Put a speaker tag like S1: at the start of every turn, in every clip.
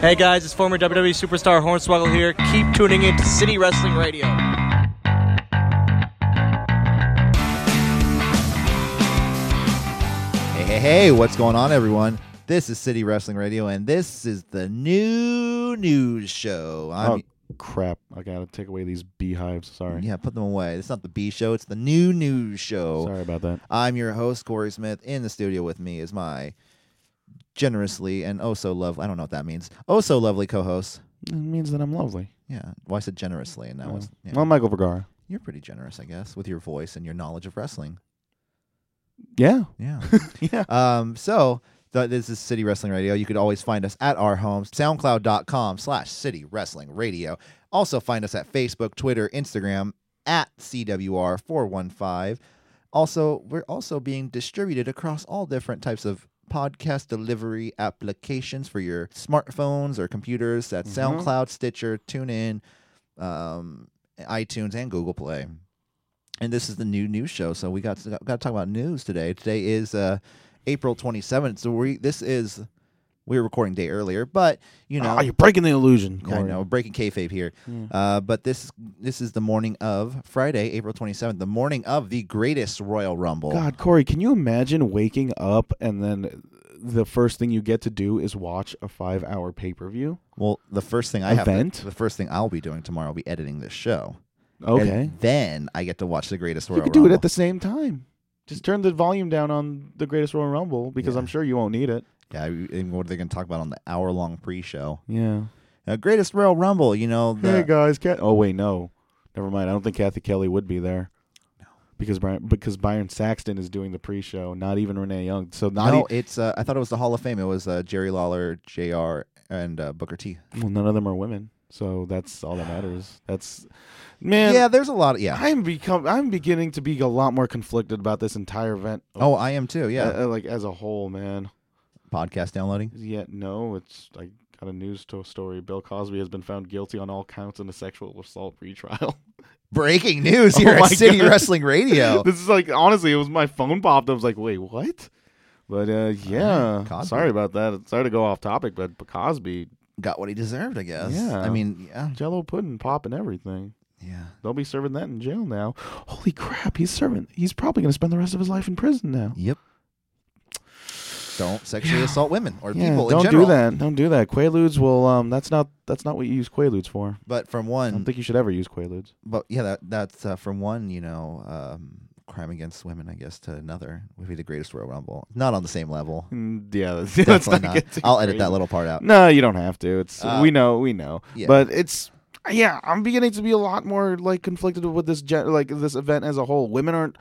S1: Hey guys, it's former WWE superstar Hornswoggle here. Keep tuning in to City Wrestling Radio.
S2: Hey, hey, hey, what's going on, everyone? This is City Wrestling Radio, and this is the new news show. I'm,
S3: oh crap! I gotta take away these beehives. Sorry.
S2: Yeah, put them away. It's not the B show, it's the new news show.
S3: Sorry about that.
S2: I'm your host, Corey Smith. In the studio with me is my generously and oh so lovely, I don't know what that means, oh so lovely co host.
S3: It means that I'm lovely.
S2: Yeah, well, I said generously, and that was. yeah.
S3: Well, Michael Vergara.
S2: You're pretty generous, I guess, with your voice and your knowledge of wrestling.
S3: Yeah.
S2: Yeah.
S3: Yeah.
S2: Um, so th- this is City Wrestling Radio. You could always find us at our homes, soundcloud.com slash City Wrestling Radio. Also find us at Facebook, Twitter, Instagram at CWR415. Also, we're also being distributed across all different types of podcast delivery applications for your smartphones or computers. That's SoundCloud, Stitcher, TuneIn, um, iTunes, and Google Play and this is the new news show. So we got got to talk about news today. Today is uh, April 27th. So we this is we were recording day earlier, but you know,
S3: Ah, you're Hmm. breaking the illusion.
S2: yeah, I
S3: Corey.
S2: know breaking kayfabe here. Uh, but this this is the morning of Friday, April 27th, the morning of the greatest Royal Rumble.
S3: God, Corey, can you imagine waking up and then the first thing you get to do is watch a five-hour pay-per-view?
S2: Well, the first thing I
S3: Event?
S2: have the first thing I'll be doing tomorrow, will be editing this show.
S3: Okay.
S2: And then I get to watch the greatest
S3: you
S2: Royal
S3: could
S2: Rumble.
S3: do it at the same time. Just turn the volume down on the Greatest Royal Rumble because
S2: Yeah.
S3: I'm sure you won't need it.
S2: yeah, and what are they going to talk about on the hour long pre show?
S3: Yeah.
S2: Uh, greatest Royal Rumble, you know, the,
S3: Hey guys, Cat. Oh wait, no, never mind. I don't think Kathy Kelly would be there. Because Brian, because Byron Saxton is doing the pre-show, not even Renee Young. So not
S2: no,
S3: e-
S2: it's uh, I thought it was the Hall of Fame. It was uh, Jerry Lawler, Jr. and uh, Booker T.
S3: e-, well, none of them are women. So that's all that matters. That's man.
S2: yeah, there's a lot. Of, yeah.
S3: I'm become. I'm beginning to be a lot more conflicted about this entire event.
S2: Oh, I am too. Yeah.
S3: Uh, uh, like as a whole, man.
S2: Podcast downloading.
S3: Yet no, it's I got a news to- story. Bill Cosby has been found guilty on all counts in a sexual assault retrial.
S2: Breaking news
S3: Oh
S2: here
S3: my
S2: at City
S3: God.
S2: Wrestling Radio.
S3: this is like honestly, it was my phone popped. I was like, wait, what? But uh, yeah,
S2: right, Cosby.
S3: sorry about that. Sorry to go off topic, but Cosby,
S2: Got what he deserved, I guess.
S3: Yeah.
S2: I mean, yeah,
S3: Jello pudding, popping everything.
S2: yeah.
S3: They'll be serving that in jail now. Holy crap, he's serving. He's probably going to spend the rest of his life in prison now.
S2: Yep. Don't sexually assault women or
S3: Yeah,
S2: people in
S3: don't
S2: general.
S3: do that. Don't do that. Quaaludes will. Um, that's not. That's not what you use quaaludes for.
S2: But from
S3: I don't
S2: one,
S3: think you should ever use quaaludes.
S2: but yeah, that that's uh, from one, you know, um, crime against women, I guess, to another would be the greatest Royal Rumble. Not on the same level.
S3: Mm, Yeah, that's, that's not.
S2: Definitely
S3: get too
S2: I'll edit
S3: crazy.
S2: that little part out.
S3: No, you don't have to. It's
S2: Uh,
S3: we know, we know.
S2: yeah.
S3: But it's yeah, I'm beginning to be a lot more like conflicted with this gen- like this event as a whole. Women aren't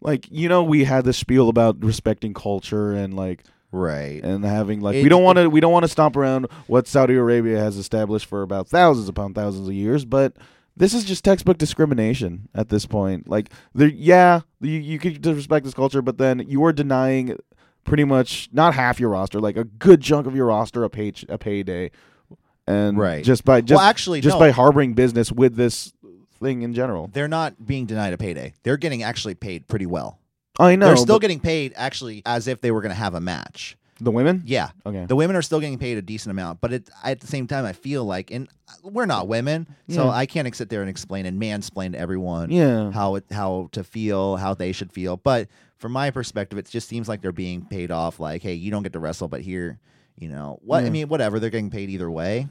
S3: like you know we had this spiel about respecting culture and like
S2: Right.
S3: and having like
S2: It-
S3: we don't want to we don't want to stomp around what Saudi Arabia has established for about thousands upon thousands of years, but this is just textbook discrimination at this point. Like there yeah, you, you could disrespect this culture, but then you are denying pretty much not half your roster, like a good chunk of your roster a pay a payday. And
S2: Right.
S3: just by just
S2: well, actually,
S3: just
S2: no,
S3: by harboring business with this thing in general.
S2: they're not being denied a payday. They're getting actually paid pretty well.
S3: I know
S2: they're still
S3: but
S2: getting paid actually as if they were going to have a match.
S3: the women?
S2: Yeah,
S3: Okay.
S2: the women are still getting paid a decent amount, but it, at the same time, I feel like, and we're not women, so
S3: Yeah.
S2: I can't sit there and explain and mansplain to everyone
S3: yeah.
S2: how it, how to feel, how they should feel. But from my perspective, it just seems like they're being paid off. Like, hey, you don't get to wrestle, but here, you know what? I
S3: Yeah.
S2: mean, whatever. They're getting paid either way.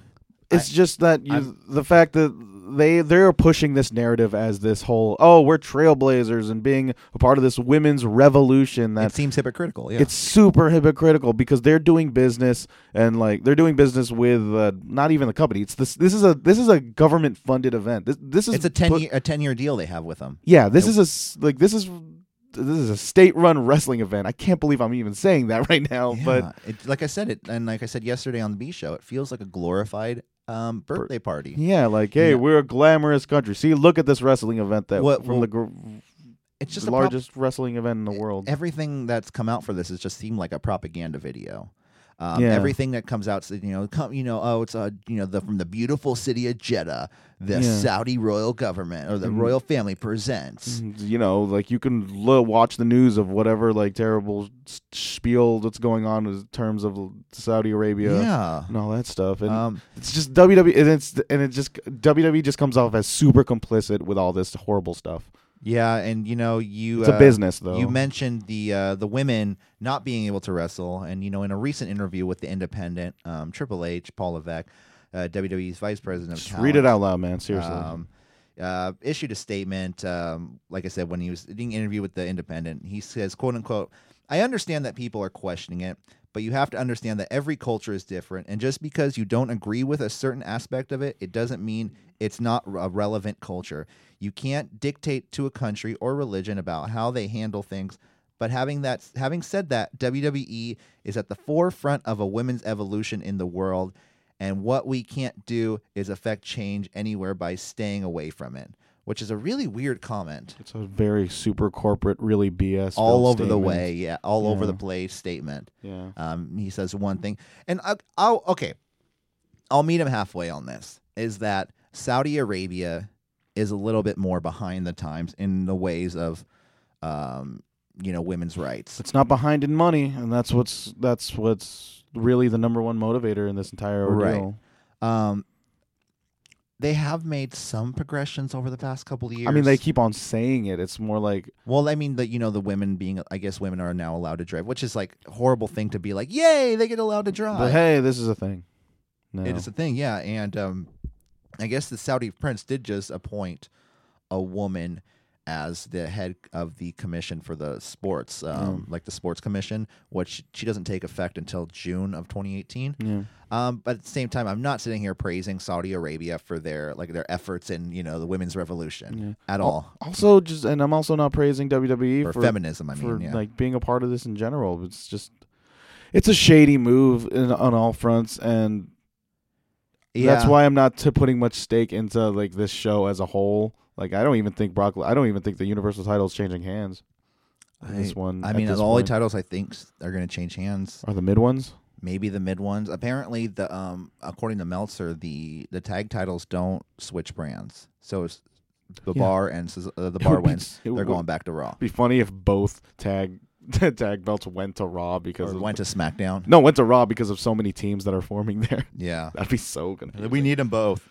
S3: It's just that you,
S2: I'm-
S3: the fact that they they're pushing this narrative as this whole oh we're trailblazers and being a part of this women's revolution
S2: It
S3: that
S2: seems hypocritical. Yeah,
S3: it's super hypocritical because they're doing business and like they're doing business with uh, not even the company it's this this is a this is a government funded event this this is
S2: it's a ten
S3: put-
S2: year a ten year deal they have with them.
S3: yeah this is a s- like this is this is a state run wrestling event I can't believe I'm even saying that right now but
S2: Yeah, it, like I said, it and like I said yesterday on the B show, it feels like a glorified um, birthday party.
S3: yeah like hey
S2: Yeah.
S3: we're a glamorous country see look at this wrestling event that
S2: What-
S3: from the gr-
S2: It's just a
S3: the
S2: prop-
S3: largest wrestling event in the world.
S2: everything that's come out for this has just seemed like a propaganda video. Um,
S3: Yeah.
S2: Everything that comes out, you know, come, you know, oh, it's uh, you know, the from the beautiful city of Jeddah, the
S3: Yeah.
S2: Saudi royal government or the
S3: Mhm.
S2: royal family presents.
S3: you know, like you can l- watch the news of whatever like terrible s- spiel that's going on in terms of Saudi Arabia
S2: Yeah.
S3: and all that stuff, Mm-hmm. and
S2: Um,
S3: it's just WWE, and it's and it just WWE just comes off as super complicit with all this horrible stuff.
S2: yeah, and you know, you
S3: It's a
S2: uh,
S3: business, though.
S2: You mentioned the uh, the women not being able to wrestle, and you know, in a recent interview with the Independent, um, Triple H, Paul Levesque, uh, WWE's vice president of
S3: just
S2: talent,
S3: read it out loud, man. Seriously,
S2: um, uh, issued a statement. Um, like I said, when he was doing an interview with the Independent, he says, "quote unquote," I understand that people are questioning it, but you have to understand that every culture is different, and just because you don't agree with a certain aspect of it, it doesn't mean it's not a relevant culture. You can't dictate to a country or religion about how they handle things." But having that, having said that, WWE is at the forefront of a women's evolution in the world, and what we can't do is affect change anywhere by staying away from it, which is a really weird comment.
S3: it's a very super corporate, really BS.
S2: all
S3: filled
S2: over the
S3: statement.
S2: way, yeah, all over
S3: Yeah.
S2: the place statement.
S3: Yeah,
S2: Um, he says one thing, and I, I'll okay, I'll meet him halfway on this. Is that Saudi Arabia is a little bit more behind the times in the ways of, um, you know, women's rights.
S3: it's not behind in money, and that's what's that's what's really the number one motivator in this entire
S2: Right.
S3: ordeal.
S2: Um, they have made some progressions over the past couple of years.
S3: I mean, they keep on saying it. It's more like
S2: Well, I mean that you know the women being I guess women are now allowed to drive, which is like a horrible thing to be like, yay, they get allowed to drive.
S3: But hey, this is a thing. No.
S2: It is a thing, yeah. And um, I guess the Saudi prince did just appoint a woman as the head of the commission for the sports,
S3: Mm.
S2: um, like the sports commission, which she doesn't take effect until June of 2018.
S3: yeah.
S2: Um, but at the same time, I'm not sitting here praising Saudi Arabia for their like their efforts in you know the women's revolution at all
S3: Also, just and I'm also not praising WWE
S2: or
S3: for
S2: feminism. I mean,
S3: for
S2: yeah.
S3: like being a part of this in general. It's just it's a shady move in, on all fronts, and that's
S2: Yeah.
S3: why I'm not t- putting much stake into like this show as a whole. Like I don't even think Brock. I don't even think the Universal title is changing hands. this one,
S2: I
S3: at
S2: mean,
S3: this
S2: the only
S3: point.
S2: titles I think s- are going to change hands.
S3: are the mid ones.
S2: Maybe the mid ones. Apparently, the um, according to Meltzer, the the tag titles don't switch brands. So it's the
S3: Yeah.
S2: bar and Sus- uh, the bar
S3: would be-
S2: wins.
S3: it
S2: They're
S3: would-
S2: going back to Raw.
S3: It'd be funny if both tag tag belts went to Raw because
S2: Or
S3: of-
S2: went to SmackDown.
S3: no went to Raw because of so many teams that are forming there.
S2: Yeah,
S3: That'd be so confusing.
S2: we need them both.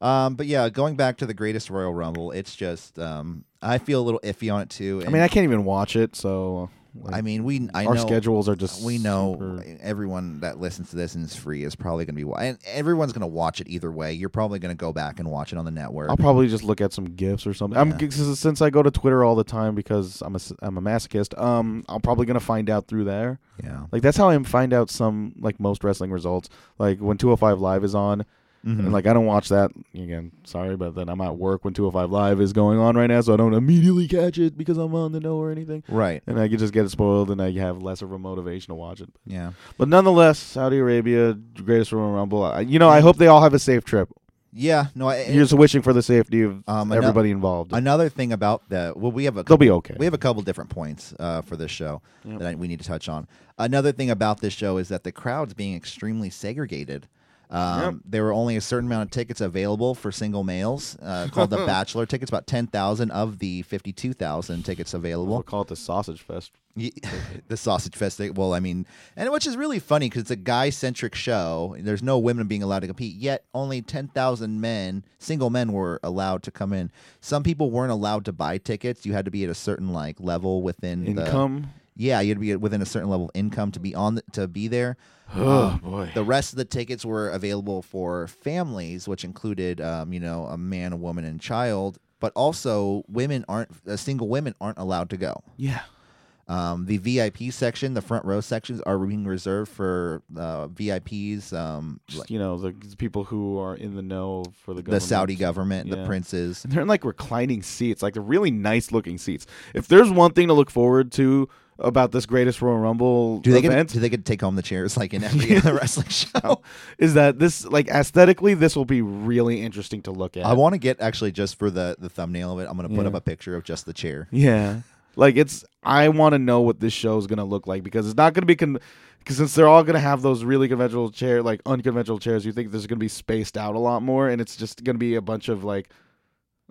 S2: Um, but yeah, going back to the Greatest Royal Rumble, it's just um, I feel a little iffy on it too.
S3: I mean, I can't even watch it, so
S2: I mean, we I
S3: our
S2: know,
S3: schedules are just
S2: Uh, we know
S3: super-
S2: everyone that listens to this and is free is probably going to be wa- and everyone's going to watch it either way. You're probably going to go back and watch it on the network.
S3: I'll probably just look at some gifs or something. I'm
S2: Yeah.
S3: s- since I go to Twitter all the time because I'm a s- I'm a masochist. Um, I'm probably gonna find out through there.
S2: yeah.
S3: Like that's how I find out some like most wrestling results. Like when 205 Live is on,
S2: Mm-hmm.
S3: and like I don't watch that again. Sorry, but then I'm at work when 205 Live is going on right now, so I don't immediately catch it because I'm on the know or anything.
S2: right.
S3: And I could just get it spoiled, and I have less of a motivation to watch it.
S2: Yeah.
S3: But nonetheless, Saudi Arabia, greatest Royal Rumble. I, you know, I hope they all have a safe trip.
S2: Yeah. No. I,
S3: You're just wishing for the safety of
S2: Um, ano-
S3: everybody involved.
S2: another thing about the well, we have a
S3: They'll
S2: couple,
S3: be okay.
S2: we have a couple different points uh, for this show
S3: Yep.
S2: that I, we need to touch on. Another thing about this show is that the crowd's being extremely segregated. Um, There were only a certain amount of tickets available for single males, uh, called the Bachelor tickets. About ten thousand of the fifty-two thousand tickets available.
S3: we'll call it the sausage fest.
S2: Ye- the sausage fest. they- Well, I mean, and which is really funny because it's a guy-centric show. There's no women being allowed to compete. Yet only ten thousand men, single men, were allowed to come in. Some people weren't allowed to buy tickets. You had to be at a certain like level within
S3: Income.
S2: The, yeah, you had to be within a certain level of income to be on the, to be there. Um,
S3: oh boy.
S2: The rest of the tickets were available for families, which included, um, you know, a man, a woman, and child. But also, women aren't uh, single women aren't allowed to go.
S3: yeah.
S2: Um, the VIP section, the front row sections, are being reserved for uh, VIPs, um,
S3: Just,
S2: like
S3: you know, the, the people who are in the know for the
S2: the
S3: government.
S2: Saudi government, the
S3: Yeah.
S2: princes.
S3: And they're in like reclining seats, like they're really nice looking seats. If there's one thing to look forward to about this greatest Royal Rumble
S2: Do they get
S3: event,
S2: do they get to take home the chairs like in every other wrestling show?
S3: Oh, is that this like aesthetically this will be really interesting to look at.
S2: I want to get actually just for the the thumbnail of it. I'm gonna put
S3: Yeah.
S2: up a picture of just the chair.
S3: Yeah. Like it's I want to know what this show is going to look like because it's not going to be con- because since they're all gonna have those really conventional chair, like unconventional chairs, you think this is gonna be spaced out a lot more, and it's just gonna be a bunch of like,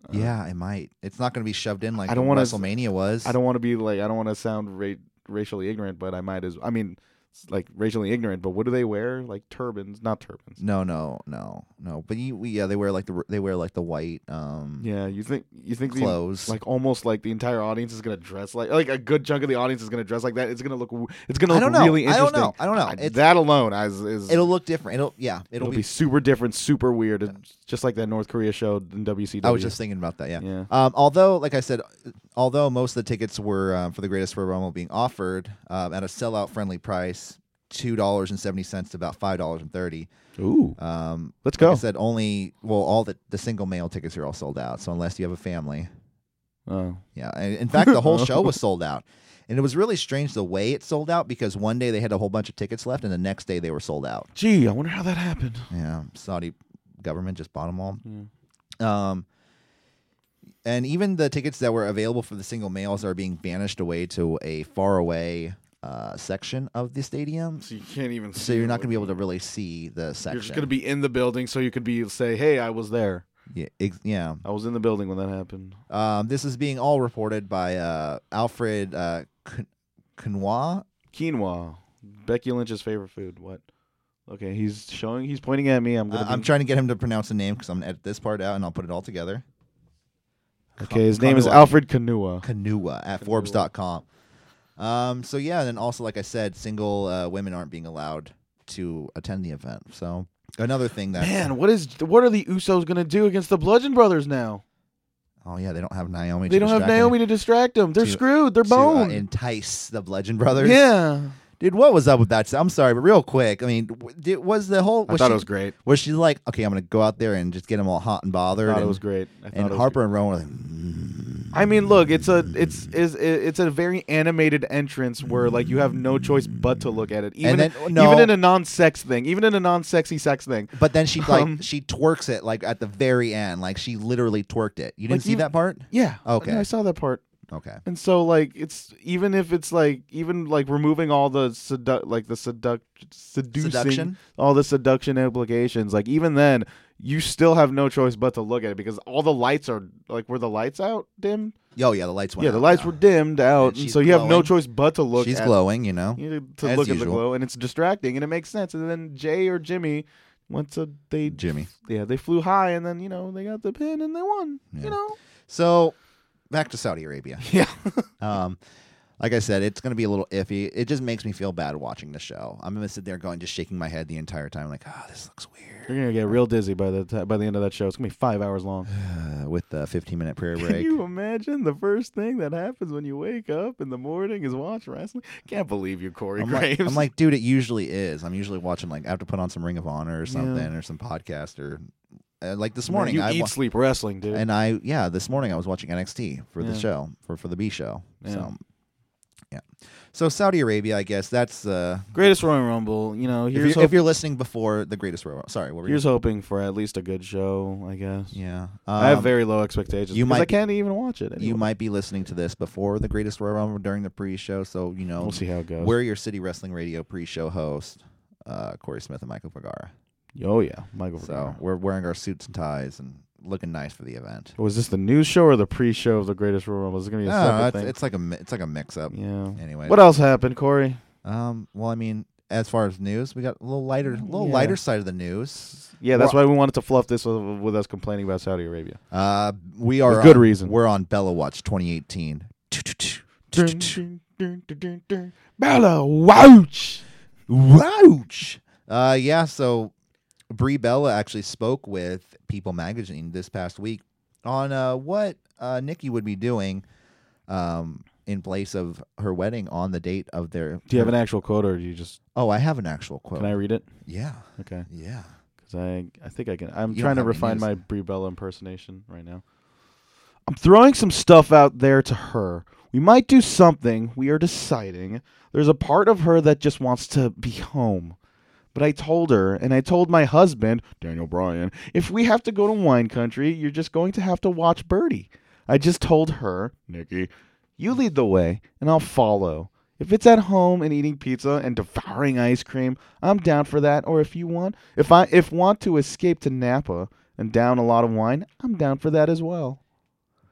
S3: uh,
S2: yeah, it might. It's not going to be shoved in like
S3: I don't wanna s-
S2: WrestleMania was.
S3: I don't want to be like, I don't want to sound ra- racially ignorant, but I might as, I mean, it's, like racially ignorant, but what do they wear? Like turbans, not turbans.
S2: No, no, no, no. But you, we, yeah, they wear like the they wear like the white um
S3: Yeah, you think you think the,
S2: clothes.
S3: like almost like the entire audience is gonna dress like like a good chunk of the audience is gonna dress like that. It's gonna look w- it's gonna
S2: I
S3: look
S2: don't know.
S3: really
S2: I don't
S3: interesting.
S2: know. I don't know.
S3: I-
S2: It's,
S3: that alone is, is
S2: it'll look different. It'll yeah. It'll,
S3: it'll
S2: be.
S3: be, super different, super weird, and just like that North Korea show in WCW.
S2: I was just thinking about that. Yeah.
S3: yeah.
S2: Um, although, like I said, although most of the tickets were um, for the Greatest Royal Rumble being offered um, at a sellout friendly price, two dollars and seventy cents to about five dollars and thirty.
S3: Ooh,
S2: Um,
S3: let's
S2: like
S3: go.
S2: I said only well all the the single male tickets are all sold out. So unless you have a family,
S3: oh,
S2: Yeah. And in fact, the whole show was sold out. And it was really strange the way it sold out because one day they had a whole bunch of tickets left and the next day they were sold out.
S3: gee, I wonder how that happened.
S2: Yeah. Saudi government just bought them all.
S3: Yeah.
S2: Um, and even the tickets that were available for the single males are being banished away to a faraway uh, section of the stadium.
S3: So you can't even.
S2: So you're not going to be able to really see the section.
S3: You're just gonna be in the building, so you could be say, "Hey, I was there.
S2: Yeah. Ex- yeah.
S3: I was in the building when that happened."
S2: Um, this is being all reported by uh, Alfred uh, Kun- Kunwa.
S3: Quinoa, Becky Lynch's favorite food. What? Okay, he's showing. He's pointing at me. I'm
S2: Uh,
S3: gonna.
S2: I'm
S3: be-
S2: trying to get him to pronounce the name because I'm gonna edit this part out and I'll put it all together.
S3: okay, his name is
S2: Kanua.
S3: Alfred Kanua.
S2: Kanua at Forbes.com. Um, so yeah, and then also like I said, single uh, women aren't being allowed to attend the event. So another thing that
S3: Man, what is what are the Usos gonna do against the Bludgeon Brothers now?
S2: oh yeah, they don't have Naomi.
S3: They
S2: to
S3: don't have
S2: distract them,
S3: Naomi to distract them. They're
S2: To-
S3: screwed. They're
S2: to, uh,
S3: boned.
S2: entice the Bludgeon Brothers.
S3: yeah.
S2: dude, what was up with that? I'm sorry, but real quick, I mean, w- did, was the whole was she,
S3: great.
S2: was she like okay, I'm gonna go out there and just get them all hot and bothered?
S3: I thought
S2: and,
S3: it was great. I thought
S2: And
S3: it was
S2: Harper and Rowan were like, "Mm."
S3: great. I mean, look, it's a it's is it's a very animated entrance where like you have no choice but to look at it. Even
S2: then- no.
S3: even in a non-sex thing, even in a non-sexy sex thing.
S2: But then she like
S3: Um,
S2: she twerks it like at the very end, like she literally twerked it. You didn't
S3: Like,
S2: see
S3: you-
S2: that part?
S3: Yeah.
S2: Okay.
S3: I saw that part.
S2: Okay.
S3: And so like it's even if it's like even like removing all the sedu- like the seduct seducing
S2: Seduction.
S3: all the seduction implications like even then you still have no choice but to look at it because all the lights are like were the lights out dimmed
S2: Oh yeah, the lights went.
S3: yeah the lights were dimmed out and
S2: she's
S3: so you have no
S2: glowing.
S3: choice but to
S2: Were
S3: look
S2: She's
S3: at
S2: glowing, you know.
S3: you know, to
S2: as
S3: look at the
S2: usual.
S3: glow and it's distracting and it makes sense and then Jay or Jimmy once a, they
S2: Jimmy.
S3: yeah they flew high and then you know they got the pin and they won
S2: Yeah.
S3: you know
S2: So back to Saudi Arabia.
S3: yeah
S2: Um, like I said, it's gonna be a little iffy. It just makes me feel bad watching the show. I'm gonna sit there going just shaking my head the entire time, like, ah, this looks weird.
S3: You're gonna get real dizzy by the ti- by the end of that show. It's gonna be five hours long.
S2: Uh, with the 15 minute prayer
S3: Can
S2: break.
S3: you imagine the first thing that happens when you wake up in the morning is watch wrestling? Can't believe you, Corey
S2: I'm
S3: Graves.
S2: like, I'm like, dude, it usually is. I'm usually watching like I have to put on some Ring of Honor or
S3: Yeah.
S2: something or some podcast or uh, like this
S3: Man,
S2: morning.
S3: you
S2: I
S3: eat
S2: wa-
S3: sleep wrestling, dude.
S2: And I, yeah, this morning I was watching NXT for the
S3: Yeah.
S2: show for for the B show.
S3: Yeah.
S2: So, yeah. So Saudi Arabia, I guess that's uh,
S3: Greatest Royal Rumble. You know,
S2: if
S3: here's
S2: you're,
S3: hop-
S2: if you're listening before the Greatest Royal. Sorry, what were you?
S3: here's hoping for at least a good show. I guess.
S2: yeah,
S3: I have
S2: Um,
S3: very low expectations.
S2: you
S3: because I
S2: might be-
S3: can't even watch it.
S2: You
S3: anyway.
S2: might be listening to this before the Greatest Royal Rumble during the pre-show, so you know
S3: We'll see how it goes.
S2: we're your City Wrestling Radio pre-show host, uh, Corey Smith and Michael Vergara.
S3: oh yeah, Michael.
S2: So
S3: Vergara.
S2: we're wearing our suits and ties and looking nice for the event.
S3: was this the news show or the pre-show of the Greatest Royal Rumble? Is it gonna be a
S2: No,
S3: separate
S2: it's,
S3: thing?
S2: it's like a mi- it's like a mix-up.
S3: yeah.
S2: Anyway,
S3: What else happened, Corey?
S2: Um, well, I mean, as far as news, we got a little lighter, a little
S3: Yeah.
S2: lighter side of the news.
S3: Yeah, that's why we wanted to fluff this with, with us complaining about Saudi Arabia.
S2: Uh, we are
S3: With good
S2: on-
S3: reason.
S2: We're on Bella Watch 2018.
S3: Bella Wouch.
S2: Wouch. Uh, yeah. So Brie Bella actually spoke with People Magazine this past week on uh, what uh, Nikki would be doing, um, in place of her wedding on the date of their.
S3: Do you have an actual quote, or do you just?
S2: Oh, I have an actual quote.
S3: Can I read it?
S2: Yeah.
S3: Okay,
S2: Yeah.
S3: because I I think I can. I'm
S2: You don't
S3: trying
S2: have
S3: to
S2: any
S3: refine
S2: news.
S3: my Brie Bella impersonation right now. I'm throwing some stuff out there to her. We might do something. We are deciding. There's a part of her that just wants to be home. But I told her, and I told my husband, Daniel Bryan, if we have to go to wine country, you're just going to have to watch Birdie. I just told her, Nikki, you lead the way, and I'll follow. If it's at home and eating pizza and devouring ice cream, I'm down for that. Or if you want, if I if want to escape to Napa and down a lot of wine, I'm down for that as well.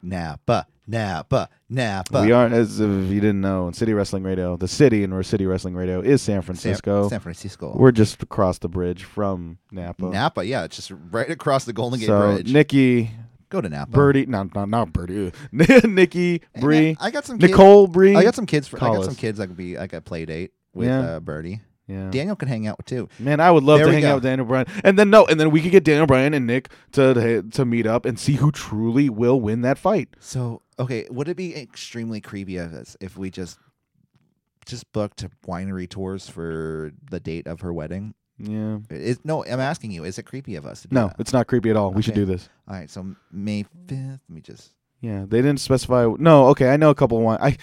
S2: Napa, Napa, Napa.
S3: we are, as if you didn't know, in City Wrestling Radio, the city and we're City Wrestling Radio is San
S2: San,
S3: Francisco.
S2: San Francisco.
S3: We're just across the bridge from Napa.
S2: Napa, yeah, it's just right across the Golden Gate
S3: so
S2: Bridge.
S3: Nikki,
S2: Go to Napa.
S3: Birdie, no, no, not Birdie. Nikki,
S2: Hey, man,
S3: Bree,
S2: I got some kids-
S3: Nicole, Bree.
S2: I got some kids. For, I got
S3: Collis.
S2: some kids. I could be like a play date with
S3: Yeah.
S2: uh, Birdie.
S3: Yeah.
S2: Daniel could hang out too.
S3: Man, I would love
S2: There
S3: to
S2: we
S3: hang
S2: go.
S3: out with Daniel Bryan, and then no, and then we could get Daniel Bryan and Nick to to meet up and see who truly will win that fight.
S2: So okay, would it be extremely creepy of us if we just just booked winery tours for the date of her wedding?
S3: Yeah,
S2: Is no, I'm asking you. Is it creepy of us? To do
S3: no,
S2: That?
S3: it's not creepy at all. We should
S2: Okay.
S3: do this.
S2: All right. So May fifth. Let me just.
S3: Yeah, they didn't specify. No, okay, I know a couple of wine. I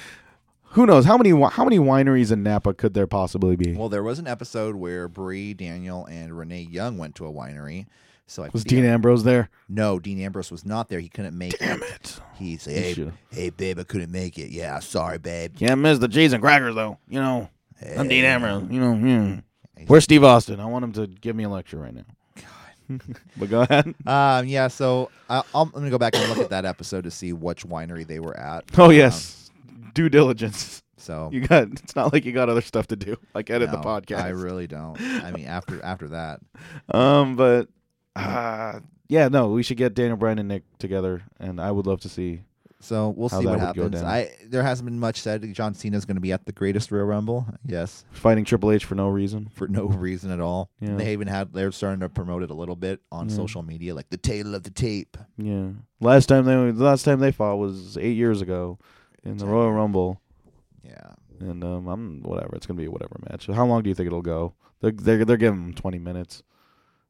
S3: who knows how many wi- how many wineries in Napa could there possibly be?
S2: Well, there was an episode where Bree, Daniel, and Renee Young went to a winenery. So I
S3: Was
S2: feel-
S3: Dean Ambrose there?
S2: No, Dean Ambrose was not there. He couldn't make it.
S3: it!
S2: He said,
S3: He
S2: "Hey,
S3: should've.
S2: hey, babe, I couldn't make it. Yeah, sorry, babe.
S3: Can't miss the cheese and crackers though. You know, I'm Dean
S2: Hey.
S3: Ambrose. You know, hmm. where's Steve Austin? I want him to give me a lecture right now. but go ahead.
S2: Um, yeah, so I, I'll, I'm gonna go back and look at that episode to see which winery they were at.
S3: Oh yes, due diligence.
S2: So
S3: You got. It's not like you got other stuff to do, like edit the
S2: no,
S3: podcast.
S2: I really don't. I mean, after after that,
S3: um, but uh, yeah, no, we should get Daniel Bryan and Nick together, and I would love to see.
S2: so we'll
S3: How
S2: see what
S3: that would go
S2: happens.
S3: down.
S2: I there hasn't been much said. John Cena's gonna be at the Greatest Royal Rumble. Yes,
S3: Fighting Triple H for no reason.
S2: for no reason at all.
S3: Yeah.
S2: They even had they're starting to promote it a little bit on
S3: Yeah.
S2: social media, like the tail of the tape.
S3: Yeah. Last time they the last time they fought was eight years ago in the
S2: Exactly.
S3: Royal Rumble,
S2: Yeah,
S3: and um, I'm whatever. It's gonna be a whatever match. How long do you think it'll go? They're they're, they're giving them 20 minutes,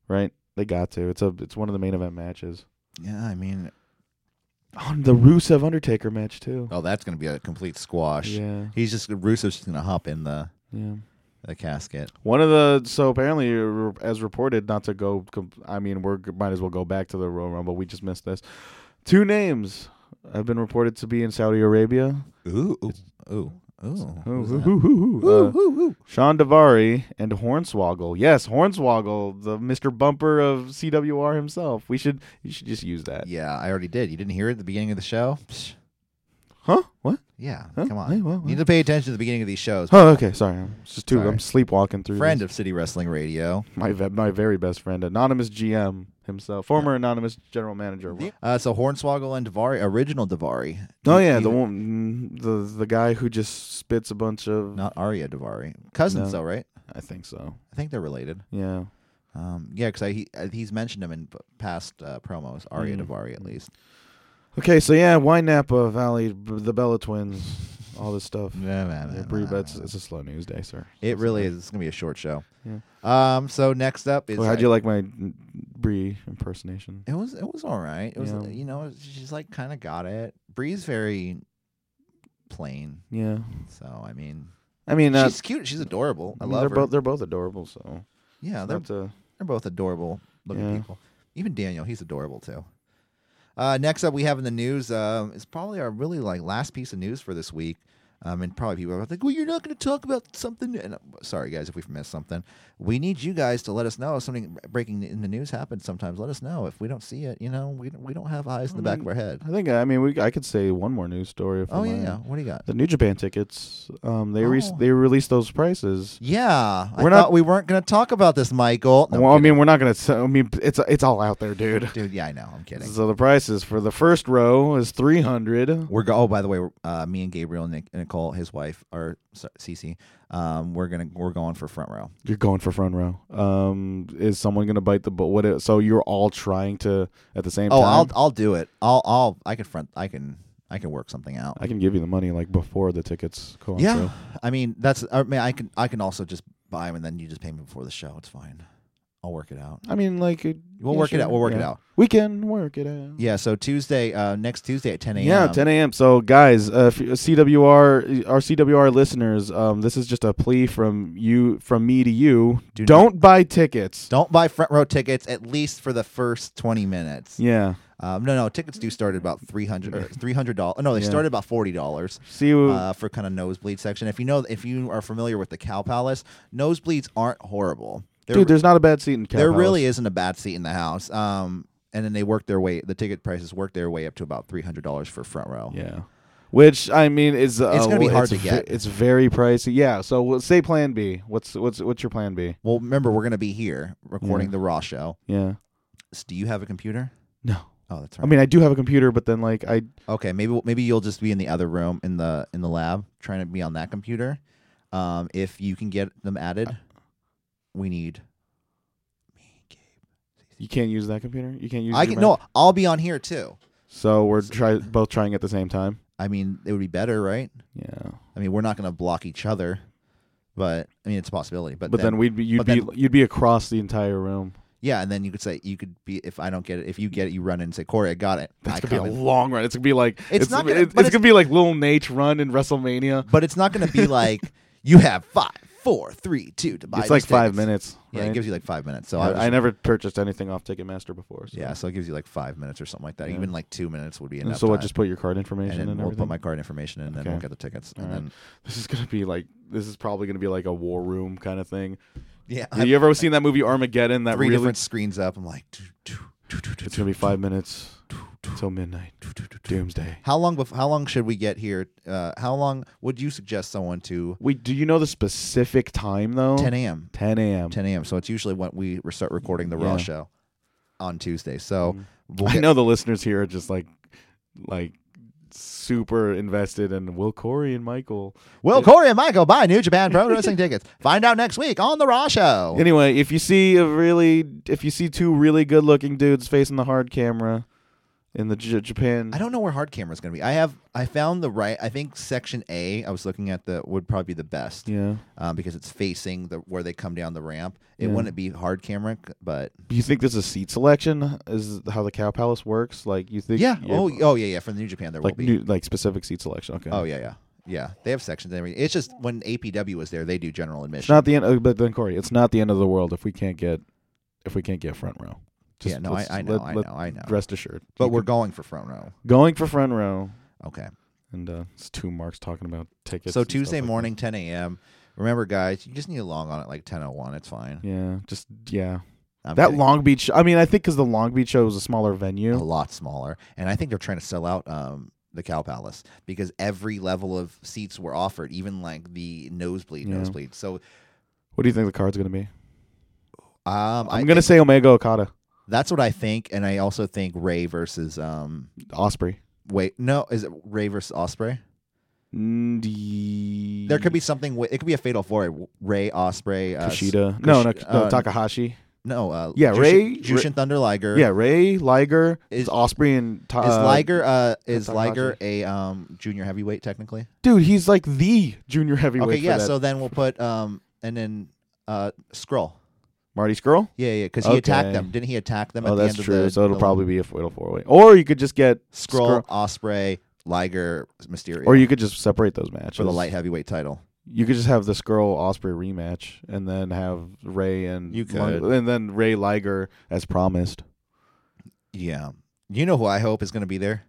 S3: right? They got to. It's a it's one of the main event matches.
S2: yeah. I mean,
S3: Oh, and the Rusev Undertaker match too.
S2: oh, that's gonna be a complete
S3: Oh,
S2: squash.
S3: Yeah.
S2: He's just Russo's just gonna hop in the
S3: Yeah.
S2: the casket.
S3: One of the so apparently, r- as reported, not to go. com- I mean, we're might as well go back to the Royal Rumble. We just missed this. Two names have been reported to be in Saudi Arabia.
S2: Ooh, ooh, ooh, ooh.
S3: Ooh,
S2: Who's
S3: ooh,
S2: that?
S3: ooh, ooh, uh,
S2: Ooh, ooh, ooh.
S3: Sean Devary and Hornswoggle. Yes, Hornswoggle, the Mister Bumper of CWR himself. We should you should just use that.
S2: Yeah, I already did. You didn't hear it at the beginning of the show? Psh,
S3: Huh? What?
S2: yeah,
S3: Huh?
S2: come on.
S3: Hey, well,
S2: You need to pay attention to the beginning of these shows.
S3: Oh, okay. Sorry, I'm it's just too.
S2: Sorry.
S3: I'm sleepwalking through.
S2: Friend
S3: this.
S2: of City Wrestling Radio.
S3: my ve- my very best friend, anonymous GM himself, former anonymous general manager. of
S2: Uh, so Hornswoggle and Davari, original Davari.
S3: Oh yeah, the
S2: Even-
S3: one, the the guy who just spits a bunch of.
S2: Not Arya Davari. Cousins,
S3: No.
S2: though, right?
S3: I think so.
S2: I think they're related.
S3: Yeah,
S2: Um, yeah, because he, uh, he's mentioned him in p- past uh, promos, Arya
S3: Mm.
S2: Davari at least.
S3: Okay, so yeah, why Napa Valley, b- the Bella Twins, all this stuff. Yeah, Brie, but it's, it's a slow news day, sir.
S2: It really is. It's going to be a short show.
S3: Yeah.
S2: Um, so next up is.
S3: Well, how'd you like my mm, Brie impersonation?
S2: It was it was all right. It was
S3: Yeah.
S2: you know she's like kind of got it. Bree's very plain,
S3: Yeah,
S2: so I mean
S3: I mean, uh,
S2: she's cute. She's adorable. I,
S3: mean,
S2: love
S3: they're
S2: her.
S3: both they're both adorable. So
S2: yeah,
S3: it's
S2: they're
S3: not to-
S2: they're both adorable looking
S3: Yeah.
S2: people. Even Daniel, he's adorable too. Uh, next up, we have in the news um, is probably our really like last piece of news for this week. Um, and probably people are like, "Well, you're not going to talk about something." And uh, sorry, guys, if we've missed something, we need you guys to let us know if something breaking in the news happens. Sometimes let us know if we don't see it. You know, we we don't have eyes in the
S3: Mm.
S2: back of our head.
S3: I think I mean we I could say one more news story. If
S2: Oh
S3: I
S2: yeah,
S3: might.
S2: yeah. What do you got?
S3: The New Japan tickets, um, they re-
S2: Oh.
S3: they released those prices.
S2: Yeah, I
S3: We're not-
S2: thought we weren't going to talk about this, Michael. No, I'm
S3: well, I
S2: kidding.
S3: mean, we're not gonna. s- I mean, it's it's all out there, dude.
S2: dude, yeah, I know. I'm kidding.
S3: So the prices for the first row is three hundred.
S2: We're go- oh, by the way, uh, me and Gabriel and Nic- Nicole, his wife, or so- Cece, um, we're gonna we're going for front row.
S3: You're going for front row. Um, is someone gonna bite the bullet? What? i- so you're all trying to at the same
S2: Oh, I'll
S3: time.
S2: I'll do it. I'll I'll I can front. I can I can work something out.
S3: I can give you the money like before the tickets go on
S2: yeah,
S3: sale.
S2: uh, I mean that's I mean I can I can also just buy them and then you just pay me before the show. It's fine. I'll work it out.
S3: I mean, like uh,
S2: We'll
S3: yeah,
S2: work it
S3: sure,
S2: out. We'll work it
S3: yeah.
S2: out.
S3: We can work it out.
S2: Yeah. So Tuesday, uh, next Tuesday at 10 a.m.
S3: Yeah, 10 a.m. So, guys, uh, if you- CWR, our CWR listeners, um, this is just a plea from you, from me to you.
S2: Do not-
S3: not buy tickets.
S2: Don't buy front row tickets at least for the first 20 minutes.
S3: Yeah.
S2: Um, no, no, tickets do start at about 300 or 300 dollars. No, they
S3: Yeah.
S2: start at about 40 dollars.
S3: See, you.
S2: Uh, for kind of nosebleed section. If you know, if you are familiar with the Cow Palace, nosebleeds aren't horrible. They're-
S3: dude, there's not a bad seat in Cow
S2: there
S3: Palace.
S2: really isn't a bad seat in the house. Um, and then they work their way. The ticket prices work their way up to about three hundred dollars for front row.
S3: Yeah. Which I mean is uh,
S2: gonna be
S3: well,
S2: hard
S3: it's
S2: to
S3: ve-
S2: get.
S3: It's very pricey. Yeah. So well, say Plan B. What's what's what's your Plan B?
S2: Well, remember we're gonna be here recording the Raw show.
S3: Yeah.
S2: S- do you have a computer?
S3: No.
S2: Oh, that's right.
S3: I mean, I do have a computer, but then like I
S2: okay, maybe we'll- maybe you'll just be in the other room in the in the lab trying to be on that computer. Um, if you can get them added, we need. me, Gabe.
S3: you can't use that computer. You can't use.
S2: I
S3: your
S2: can
S3: Mac?
S2: no. I'll be on here too.
S3: So we're try both trying at the same time.
S2: I mean, it would be better, right?
S3: Yeah.
S2: I mean, we're not going to block each other, but I mean, it's a possibility. But,
S3: But then, we'd be you'd
S2: but
S3: be
S2: then-
S3: you'd be across the entire room.
S2: yeah, and then you could say you could be if I don't get it, if you get it, you run in and say Corey, I got it. I
S3: That's gonna be a
S2: comment.
S3: long run. It's gonna be like it's,
S2: not gonna-
S3: it- it's,
S2: but it's-
S3: gonna be like little Nate run in WrestleMania.
S2: but it's not going to be like you have five, four, three, two to buy.
S3: It's like
S2: these
S3: five
S2: tickets."
S3: minutes.
S2: Yeah,
S3: right?
S2: it gives you like five minutes. So I,
S3: I,
S2: was
S3: I never purchased anything off Ticketmaster before. So.
S2: Yeah, so it gives you like five minutes or something like that.
S3: Yeah.
S2: Even like two minutes would be
S3: And
S2: enough.
S3: so I
S2: time.
S3: just put your card
S2: and
S3: information
S2: then
S3: and
S2: we'll put
S3: everything.
S2: my card information in, and then we'll
S3: Okay.
S2: get the tickets.
S3: All
S2: and
S3: right.
S2: then
S3: This is gonna be like this is probably gonna be like a war room kind of thing.
S2: yeah, I
S3: Have you ever seen that movie Armageddon? That
S2: have three
S3: really
S2: different screens up. I'm like, "Doo, doo, doo, doo, doo,
S3: it's gonna be five minutes till midnight. Doomsday.
S2: how long? Bef- how long should we get here? Uh, how long would you suggest someone to?
S3: Wait, do you know the specific time though?
S2: 10 a.m.
S3: 10 a.m.
S2: 10 a.m. So it's usually when we re- start recording the Raw
S3: Yeah. Mm.
S2: show on Tuesday. So we'll
S3: I
S2: get-
S3: know the listeners here are just like, like super invested and will Corey and Michael.
S2: Will Corey and Michael buy New Japan Pro Wrestling tickets? Find out next week on the Raw show.
S3: Anyway, if you see a really, if you see two really good looking dudes facing the hard camera in the J- Japan,
S2: I don't know where hard camera's going to be. I have I found the right. I think section A. I was looking at the would probably be the best
S3: yeah.
S2: uh, because it's facing the where they come down the ramp. It
S3: Yeah.
S2: wouldn't be hard camera, c- but
S3: Do you think this is seat selection? Is how the Cow Palace works? Like you think?
S2: yeah. Oh oh yeah yeah. From the New Japan there
S3: like
S2: will be.
S3: new, like specific seat selection. Okay.
S2: oh yeah yeah yeah. They have sections and everything. It's just when APW was there, they do general
S3: It's
S2: admission.
S3: not the end. oh, But then Corey, it's not the end of the world if we can't get if we can't get front row. Just-
S2: yeah no I,
S3: let's-
S2: I know
S3: let-
S2: I
S3: let-
S2: know I know.
S3: Rest assured.
S2: But
S3: You
S2: we're
S3: can-
S2: going for front row.
S3: going for front row,
S2: Okay.
S3: and uh, it's two marks talking about tickets.
S2: so
S3: and stuff
S2: Tuesday
S3: like that.
S2: morning, 10 a.m. Remember, guys, you just need a long on it like 10:01. It's fine.
S3: Yeah, just yeah.
S2: I'm
S3: that
S2: kidding.
S3: Long Beach. I mean, I think because the Long Beach show was a smaller
S2: a
S3: venue.
S2: lot smaller, and I think they're trying to sell out um, the Cow Palace because every level of seats were offered, even like the nosebleed,
S3: Yeah.
S2: nosebleed. So
S3: What do you think the card's gonna be?
S2: um,
S3: I'm
S2: I
S3: gonna
S2: think-
S3: say Omega Okada,
S2: that's what I think, and I also think Ray versus um,
S3: Osprey.
S2: wait, no, is it Ray versus Osprey? There
S3: There
S2: could be something. Wi- it could be a fatal four. Ray Osprey. Uh, s-
S3: Kushida. No, no,
S2: Kush-
S3: no
S2: uh,
S3: Takahashi.
S2: No. Uh,
S3: Yeah,
S2: Jushin-
S3: Ray-
S2: Jushin Thunder Liger.
S3: Yeah, Ray Liger
S2: Is-
S3: is Osprey and Ta-
S2: Is
S3: uh,
S2: Liger uh is
S3: Tanahashi.
S2: Liger a um junior heavyweight technically?
S3: Dude, he's like the junior heavyweight.
S2: Okay,
S3: for
S2: yeah.
S3: that.
S2: So then we'll put um and then uh Skrull.
S3: Marty Skrull.
S2: Yeah, yeah, because he attacked
S3: Okay.
S2: them. Didn't he attack them?
S3: Oh,
S2: at the
S3: that's
S2: end
S3: true.
S2: Of the,
S3: so it'll
S2: the-
S3: probably be a fatal four way, or you could just get
S2: Skrull,
S3: Skrull-
S2: Osprey, Liger, Mysterio,
S3: or you could just separate those matches
S2: for the light heavyweight title.
S3: You could just have the Skrull Osprey rematch, and then have Ray and
S2: You
S3: Lung-
S2: could.
S3: and then Ray Liger as promised.
S2: Yeah, you know who I hope is going to be there?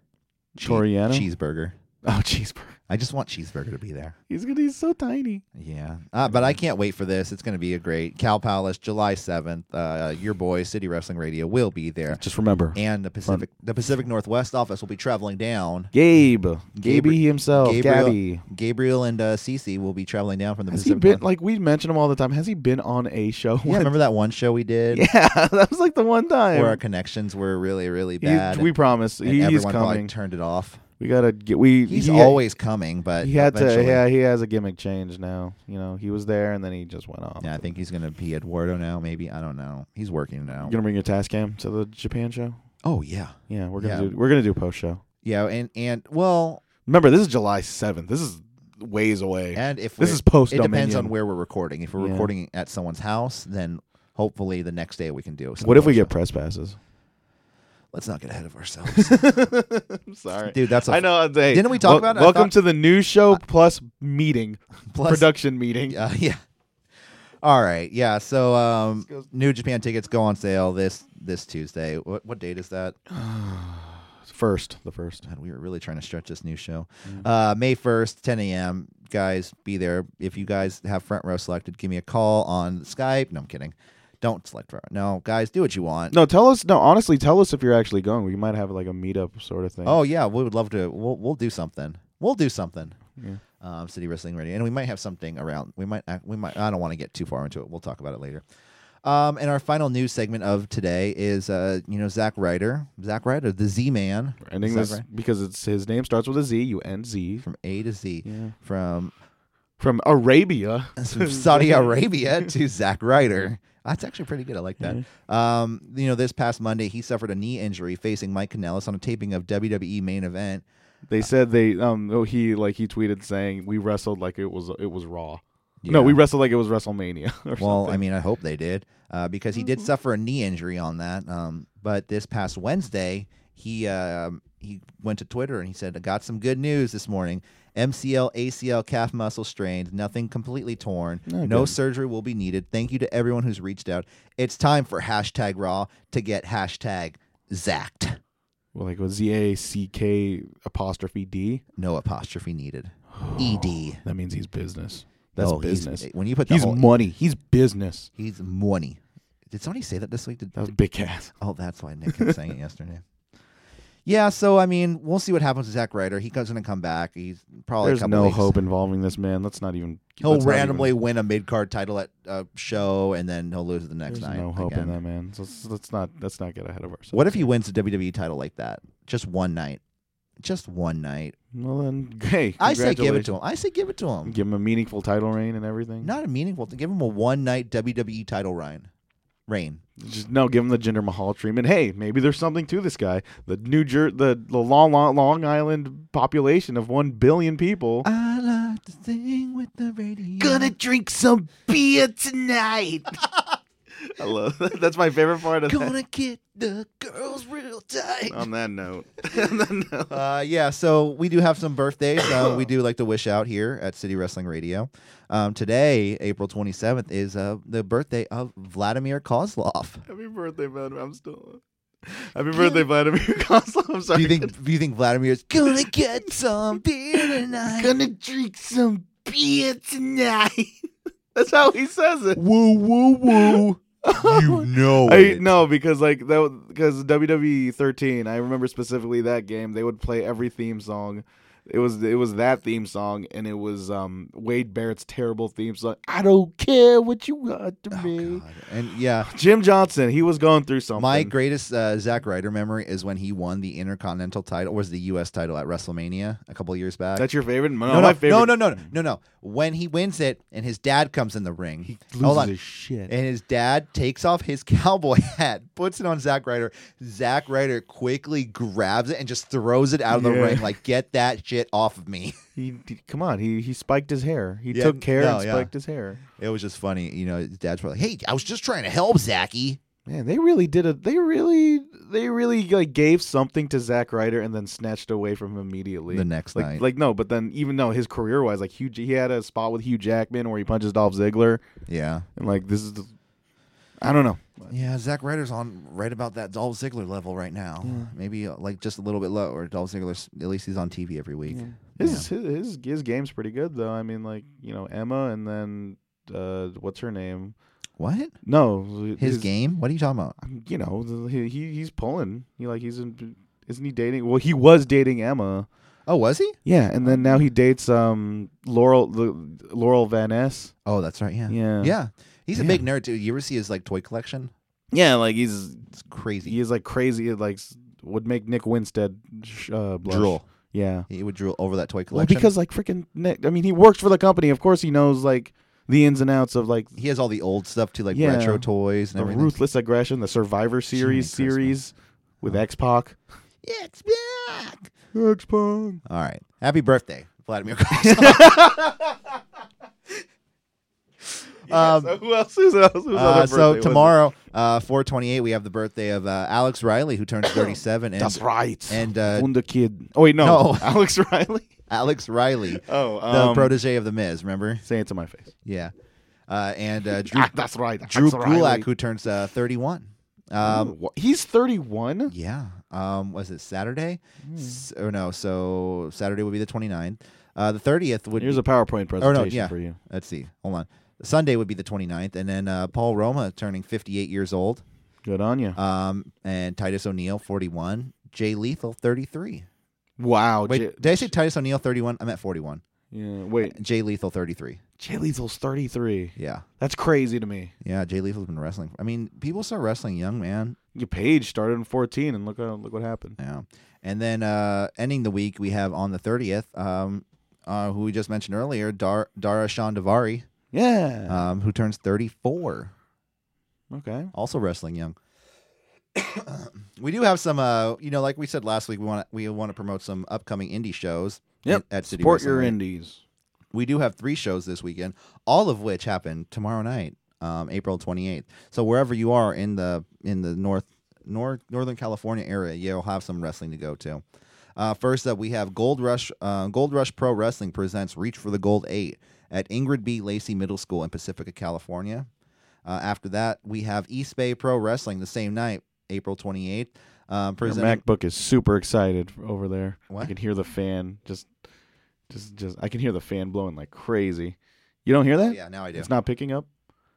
S2: Che-
S3: Toriano?
S2: cheeseburger.
S3: Oh, cheeseburger.
S2: I just want cheeseburger to be there.
S3: He's gonna. He's so tiny.
S2: Yeah, uh, but I can't wait for this. It's going to be a great Cal Palace, July seventh. Uh, your boy City Wrestling Radio will be there.
S3: Just remember,
S2: and the Pacific the Pacific Northwest office will be traveling down.
S3: Gabe,
S2: Gabri-
S3: Gaby himself,
S2: Gabriel-
S3: Gabby.
S2: Gabriel and uh, Cece will be traveling down from the
S3: Has he
S2: Pacific.
S3: been
S2: North-
S3: like we mention him all the time? Has he been on a show?
S2: yeah, remember that one show we did
S3: yeah, that was like the one time.
S2: where our connections were really really
S3: He-
S2: bad.
S3: we promise
S2: and
S3: he- he's
S2: everyone probably
S3: coming.
S2: turned it off.
S3: we gotta get. We
S2: He's
S3: he-
S2: always coming, but
S3: he had
S2: eventually,
S3: to. Yeah, he has a gimmick change now. You know, he was there and then he just went off.
S2: Yeah, I think he's gonna be Eduardo now. Maybe I don't know. He's working now.
S3: You gonna bring your task cam to the Japan show?
S2: Oh yeah,
S3: Yeah, we're gonna
S2: Yeah.
S3: do. We're gonna do post show.
S2: yeah, and and well,
S3: Remember, this is July seventh. This is ways away.
S2: and if
S3: this
S2: we're-
S3: is post.
S2: it depends on where we're recording. If we're
S3: Yeah.
S2: recording at someone's house, then hopefully the next day we can do. something
S3: What if we
S2: like
S3: get
S2: that.
S3: press passes?
S2: Let's not get ahead of ourselves,
S3: I'm sorry,
S2: dude. That's a
S3: I know. Hey,
S2: Didn't we talk
S3: wel-
S2: about it? I
S3: Welcome
S2: thought-
S3: to the new show plus meeting,
S2: plus-
S3: production meeting.
S2: Uh, yeah. All right. Yeah. So um,
S3: This goes-
S2: New Japan tickets go on sale this this Tuesday. What what date is that?
S3: First, the first.
S2: God, we were really trying to stretch this new show.
S3: Mm-hmm.
S2: Uh, May first, ten a.m. Guys, be there. If you guys have front row selected, give me a call on Skype. No, I'm kidding. Don't select front. No, guys, do what you want.
S3: No, tell us. No, honestly, tell us if you're actually going. We might have like a meetup sort of thing.
S2: Oh yeah, we would love to. We'll we'll do something. We'll do something.
S3: Yeah.
S2: Um, City Wrestling Radio, and we might have something around. We might. uh, We might. I don't want to get too far into it. We'll talk about it later. Um, and our final news segment of today is, uh, you know, Zach Ryder, Zach Ryder, the Z Man,
S3: ending
S2: Is
S3: this
S2: that right?
S3: because it's his name starts with a Z. You end Z
S2: from A to Z,
S3: Yeah.
S2: from
S3: from Arabia.
S2: from Saudi Arabia to Zack Ryder. That's actually pretty good. I like that. Um, you know, this past Monday, he suffered a knee injury facing Mike Kanellis on a taping of WWE main event.
S3: They said they um oh he like he tweeted saying we wrestled like it was it was Raw.
S2: Yeah.
S3: No, we wrestled like it was WrestleMania. Or
S2: Well,
S3: something. Mm-hmm.
S2: I mean, I hope they did uh, because he did suffer a knee injury on that. Um, but this past Wednesday, he um he went to Twitter and he said, "I got some good news this morning. MCL, ACL, calf muscle strained, nothing completely torn.
S3: Oh,
S2: no surgery will be needed. Thank you to everyone who's reached out. It's time for hashtag Raw to get hashtag Zacked.
S3: Well, like with Z A C K apostrophe D.
S2: No apostrophe needed. Ed.
S3: That means he's business. That's
S2: Oh, he's-
S3: business.
S2: when you put the
S3: He's
S2: whole-
S3: money. He's business.
S2: he's money. Did somebody say that this week? Did,
S3: That was big ass.
S2: Oh, that's why Nick kept saying it yesterday. Yeah, so I mean, we'll see what happens to Zack Ryder. He's going to come back. He's probably a
S3: There's
S2: couple
S3: no
S2: weeks.
S3: hope involving this man. Let's not even.
S2: He'll
S3: let's not
S2: randomly
S3: even-
S2: win a mid card title at a show, and then he'll lose it the next
S3: there's
S2: night.
S3: no hope
S2: again.
S3: in that man. So let's, let's not. Let's not get ahead of ourselves.
S2: What if he wins the WWE E title like that? Just one night. Just one night.
S3: Well then, hey,
S2: I say give it to
S3: congratulations.
S2: him. I say give it to him.
S3: Give him a meaningful title reign and everything.
S2: Not a meaningful. Give him a one night WWE E title reign. Reign.
S3: Just no, give him the Jinder Mahal treatment. Hey, maybe there's something to this guy. The New Jer- the, the Long, Long Long Island population of one billion people.
S2: I like to sing with the radio.
S3: drink some beer tonight. I love that. That's my favorite part of that.
S2: gonna get the girls real tight.
S3: On that note,
S2: Uh, yeah, so we do have some birthdays. Uh, we do like to wish out here at City Wrestling Radio. Um, today, April 27th, is uh, the birthday of Vladimir Kozlov.
S3: happy birthday, Vladimir. I'm still. Happy birthday, Vladimir Kozlov. I'm
S2: Do
S3: sorry.
S2: you think do you think Vladimir is gonna get some beer tonight?
S3: gonna drink some beer tonight? That's how he says it.
S2: woo woo woo. you know
S3: I
S2: it.
S3: no, because like that because WWE 13. E I remember specifically that game. They would play every theme song. It was it was that theme song, and it was um Wade Barrett's terrible theme song. I don't care what you want to
S2: Oh,
S3: be.
S2: God. And yeah,
S3: Jim Johnson. He was going through something.
S2: my greatest uh, Zack Ryder memory is when he won the Intercontinental title, or was the U.S. title at WrestleMania a couple years back.
S3: That's your favorite? No,
S2: no,
S3: my
S2: no,
S3: favorite.
S2: no, no, no, no, no, no. When he wins it and his dad comes in the ring,
S3: He loses
S2: hold on.
S3: his shit.
S2: And his dad takes off his cowboy hat, puts it on Zack Ryder. Zack Ryder quickly grabs it and just throws it out of the
S3: Yeah.
S2: ring, like, get that shit off of me.
S3: He, he- come on. He he spiked his hair. He
S2: Yeah,
S3: took care
S2: no,
S3: and
S2: yeah.
S3: spiked his hair.
S2: It was just funny. You know, his dad's probably like, hey, I was just trying to help Zacky.
S3: Man, they really did a. They really, they really like gave something to Zack Ryder and then snatched away from him immediately.
S2: The next
S3: like,
S2: night.
S3: like no, but then even though his career wise, like Hugh, he had a spot with Hugh Jackman where he punches Dolph Ziggler,
S2: yeah.
S3: and like this is, the, I don't know.
S2: Yeah, Zack Ryder's on right about that Dolph Ziggler level right now. Maybe uh, like just a little bit low, or Dolph Ziggler's at least he's on TV every week.
S3: His his, his his game's pretty good though. I mean, like you know Emma, and then uh, what's her name?
S2: What?
S3: No,
S2: His, game? What are you talking about?
S3: You know, the- he he- he's pulling. He like he's in, isn't he dating? Well, he was dating Emma.
S2: Oh, was he?
S3: Yeah, and then now he dates um Laurel the Laurel Van Ness.
S2: Oh, that's right. Yeah.
S3: Yeah.
S2: Yeah. He's a
S3: Yeah.
S2: big nerd too. You ever see his like toy collection?
S3: Yeah, like he's
S2: It's crazy.
S3: he is like crazy. It like s- would make Nick Winstead sh- uh, blush.
S2: Drool.
S3: Yeah.
S2: He would drool over that toy
S3: Well,
S2: collection.
S3: because like freaking Nick. I mean, he works for the company. Of course, he knows like the ins and outs of like
S2: he has all the old stuff too, like
S3: Yeah.
S2: retro toys and
S3: the
S2: everything.
S3: ruthless aggression, the Survivor Series
S2: Christmas. Oh.
S3: series with X Pac.
S2: Yeah, it's back.
S3: X Pac.
S2: All right. Happy birthday, Vladimir Kozlov. Um,
S3: so who else is else? Who's
S2: Uh, so tomorrow, uh, 428, we have the birthday of uh, Alex Riley, who turns 37. And,
S3: That's right.
S2: And uh,
S3: Wonder Kid. Oh wait, no,
S2: No.
S3: Alex Riley.
S2: Alex Riley,
S3: Oh,
S2: the
S3: um,
S2: protege of the Miz, remember?
S3: Say it to my face.
S2: Yeah. Uh, and uh, Drew,
S3: Ah, that's right.
S2: Drew
S3: Alex Riley.
S2: Gulak, who turns uh, 31.
S3: Um,
S2: Um,
S3: wha- he's 31.
S2: yeah. Um, was it Saturday?
S3: Hmm.
S2: S- or no, so Saturday would be the 29th. Uh, the 30th would
S3: Here's
S2: be,
S3: a PowerPoint presentation
S2: Oh, yeah.
S3: for you.
S2: let's see, hold on. Sunday would be the 29th. And then uh, Paul Roma turning 58 years old.
S3: Good on you.
S2: Um, and Titus O'Neil, 41. Jay Lethal, 33.
S3: wow.
S2: Wait,
S3: J-
S2: did I say Titus O'Neil 31? I'm at 41.
S3: yeah, wait.
S2: Jay Lethal 33.
S3: Jay Lethal's 33.
S2: Yeah.
S3: That's crazy to me.
S2: Yeah, Jay Lethal's been wrestling. I mean, people start wrestling young, man.
S3: Your page started in 14, and look uh, look what happened.
S2: Yeah. And then uh ending the week, we have on the 30th, um uh, who we just mentioned earlier, Dar- Dara Shandavari,
S3: Yeah.
S2: um, who turns 34,
S3: okay.
S2: also wrestling young. we do have some, uh, you know, like we said last week, we want to we want to promote some upcoming indie shows.
S3: Yep.
S2: at City
S3: Support
S2: Wrestling
S3: your
S2: Week.
S3: indies.
S2: we do have three shows this weekend, all of which happen tomorrow night, um, April 28th. So wherever you are in the in the north north northern California area, you'll have some wrestling to go to. Uh, first up, we have Gold Rush. Uh, Gold Rush Pro Wrestling presents Reach for the Gold Eight at Ingrid B. Lacey Middle School in Pacifica, California. Uh, after that, we have East Bay Pro Wrestling the same night, April 28th. Um,
S3: Your
S2: presenting,
S3: MacBook is super excited over there. I
S2: What?
S3: can hear the fan just, just, just. I can hear the fan blowing like crazy. You don't hear that?
S2: yeah, now I do.
S3: It's not picking up.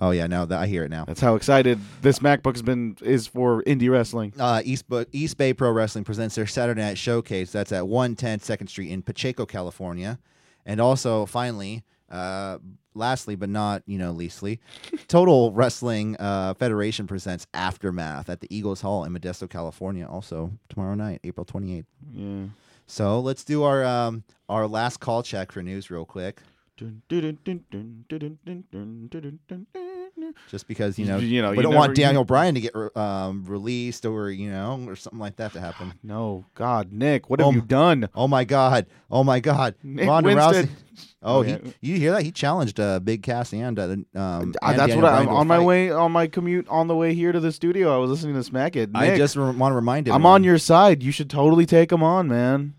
S2: Oh yeah, now that I hear it now.
S3: That's how excited this MacBook has been is for indie wrestling.
S2: Uh, East, Bo- East Bay Pro Wrestling presents their Saturday Night Showcase. That's at 110 Second Street in Pacheco, California. And also, finally, uh, lastly but not you know leastly, Total Wrestling uh, Federation presents Aftermath at the Eagles Hall in Modesto, California. Also tomorrow night, April 28th.
S3: Yeah.
S2: So let's do our um, our last call check for news real quick,
S3: Dun, dun, dun, dun, dun, dun, dun, dun, dun, dun, dun.
S2: just because you know,
S3: You know,
S2: we
S3: you
S2: don't
S3: never-
S2: want
S3: you-
S2: Daniel Bryan to get re- um, released or you know or something like that to happen.
S3: No, God, Nick, what have
S2: Um,
S3: you done?
S2: Oh my God! Oh my God!
S3: Nick
S2: Ronda
S3: Winston.
S2: Rousey. Oh,
S3: Oh,
S2: he,
S3: yeah.
S2: you hear that? He challenged uh, Big Cass and uh, um, and
S3: Ah, that's
S2: Daniel
S3: what
S2: Bryan
S3: I'm
S2: to a
S3: on my
S2: fight.
S3: way on my commute on the way here to the studio. I was listening to Smack It.
S2: I
S3: Nick,
S2: just re- want to remind him.
S3: I'm on your side. You should totally take them on, man.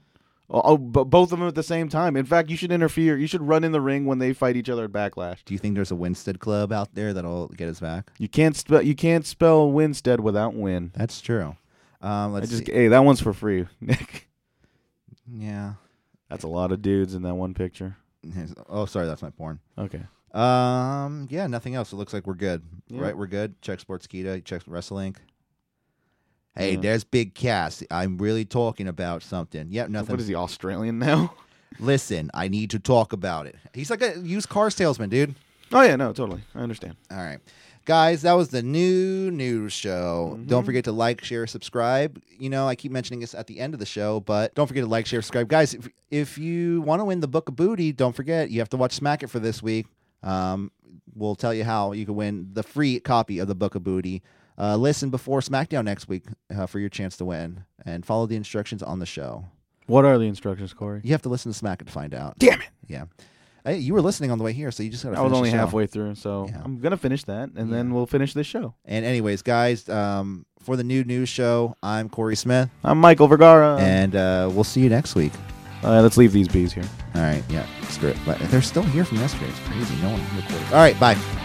S3: Oh, oh, but both of them at the same time. In fact, you should interfere. You should run in the ring when they fight each other at Backlash.
S2: Do you think there's a Winstead club out there that'll get us back?
S3: You can't spell you can't spell Winstead without win.
S2: That's true. Um,
S3: I
S2: let's
S3: just
S2: see.
S3: hey, that one's for free, Nick.
S2: yeah.
S3: That's a lot of dudes in that one picture.
S2: Here's- Oh, sorry, that's my porn.
S3: Okay.
S2: Um, yeah, nothing else. It looks like we're good,
S3: Yeah.
S2: right? We're good. Check Sports Kita. Check Wrestling. Hey,
S3: Yeah.
S2: there's Big Cass. I'm really talking about something. Yep, nothing.
S3: What is he Australian now?
S2: Listen, I need to talk about it. He's like a used car salesman, dude.
S3: Oh yeah, no, totally. I understand.
S2: All right. Guys, that was the new news show. Don't forget to like, share, subscribe. You know, I keep mentioning this at the end of the show, but don't forget to like, share, subscribe. Guys, if, if you want to win the Book of Booty, don't forget you have to watch Smack It for this week. Um, we'll tell you how you can win the free copy of the Book of Booty. Uh, listen before SmackDown next week uh, for your chance to win and follow the instructions on the show.
S3: What are the instructions, Corey?
S2: You have to listen to Smack It to find out.
S3: Damn it.
S2: Yeah. Hey, you were listening on the way here, so you just got to
S3: I was only halfway through, so
S2: Yeah.
S3: I'm gonna finish that, and then
S2: Yeah.
S3: we'll finish this show.
S2: And anyways, guys, um, for the new news show, I'm Corey Smith,
S3: I'm Michael Vergara.
S2: and uh, we'll see you next week.
S3: Uh, let's leave these bees here.
S2: All right, yeah, screw it. But they're still here from yesterday. It's crazy. No one recorded. All right, bye.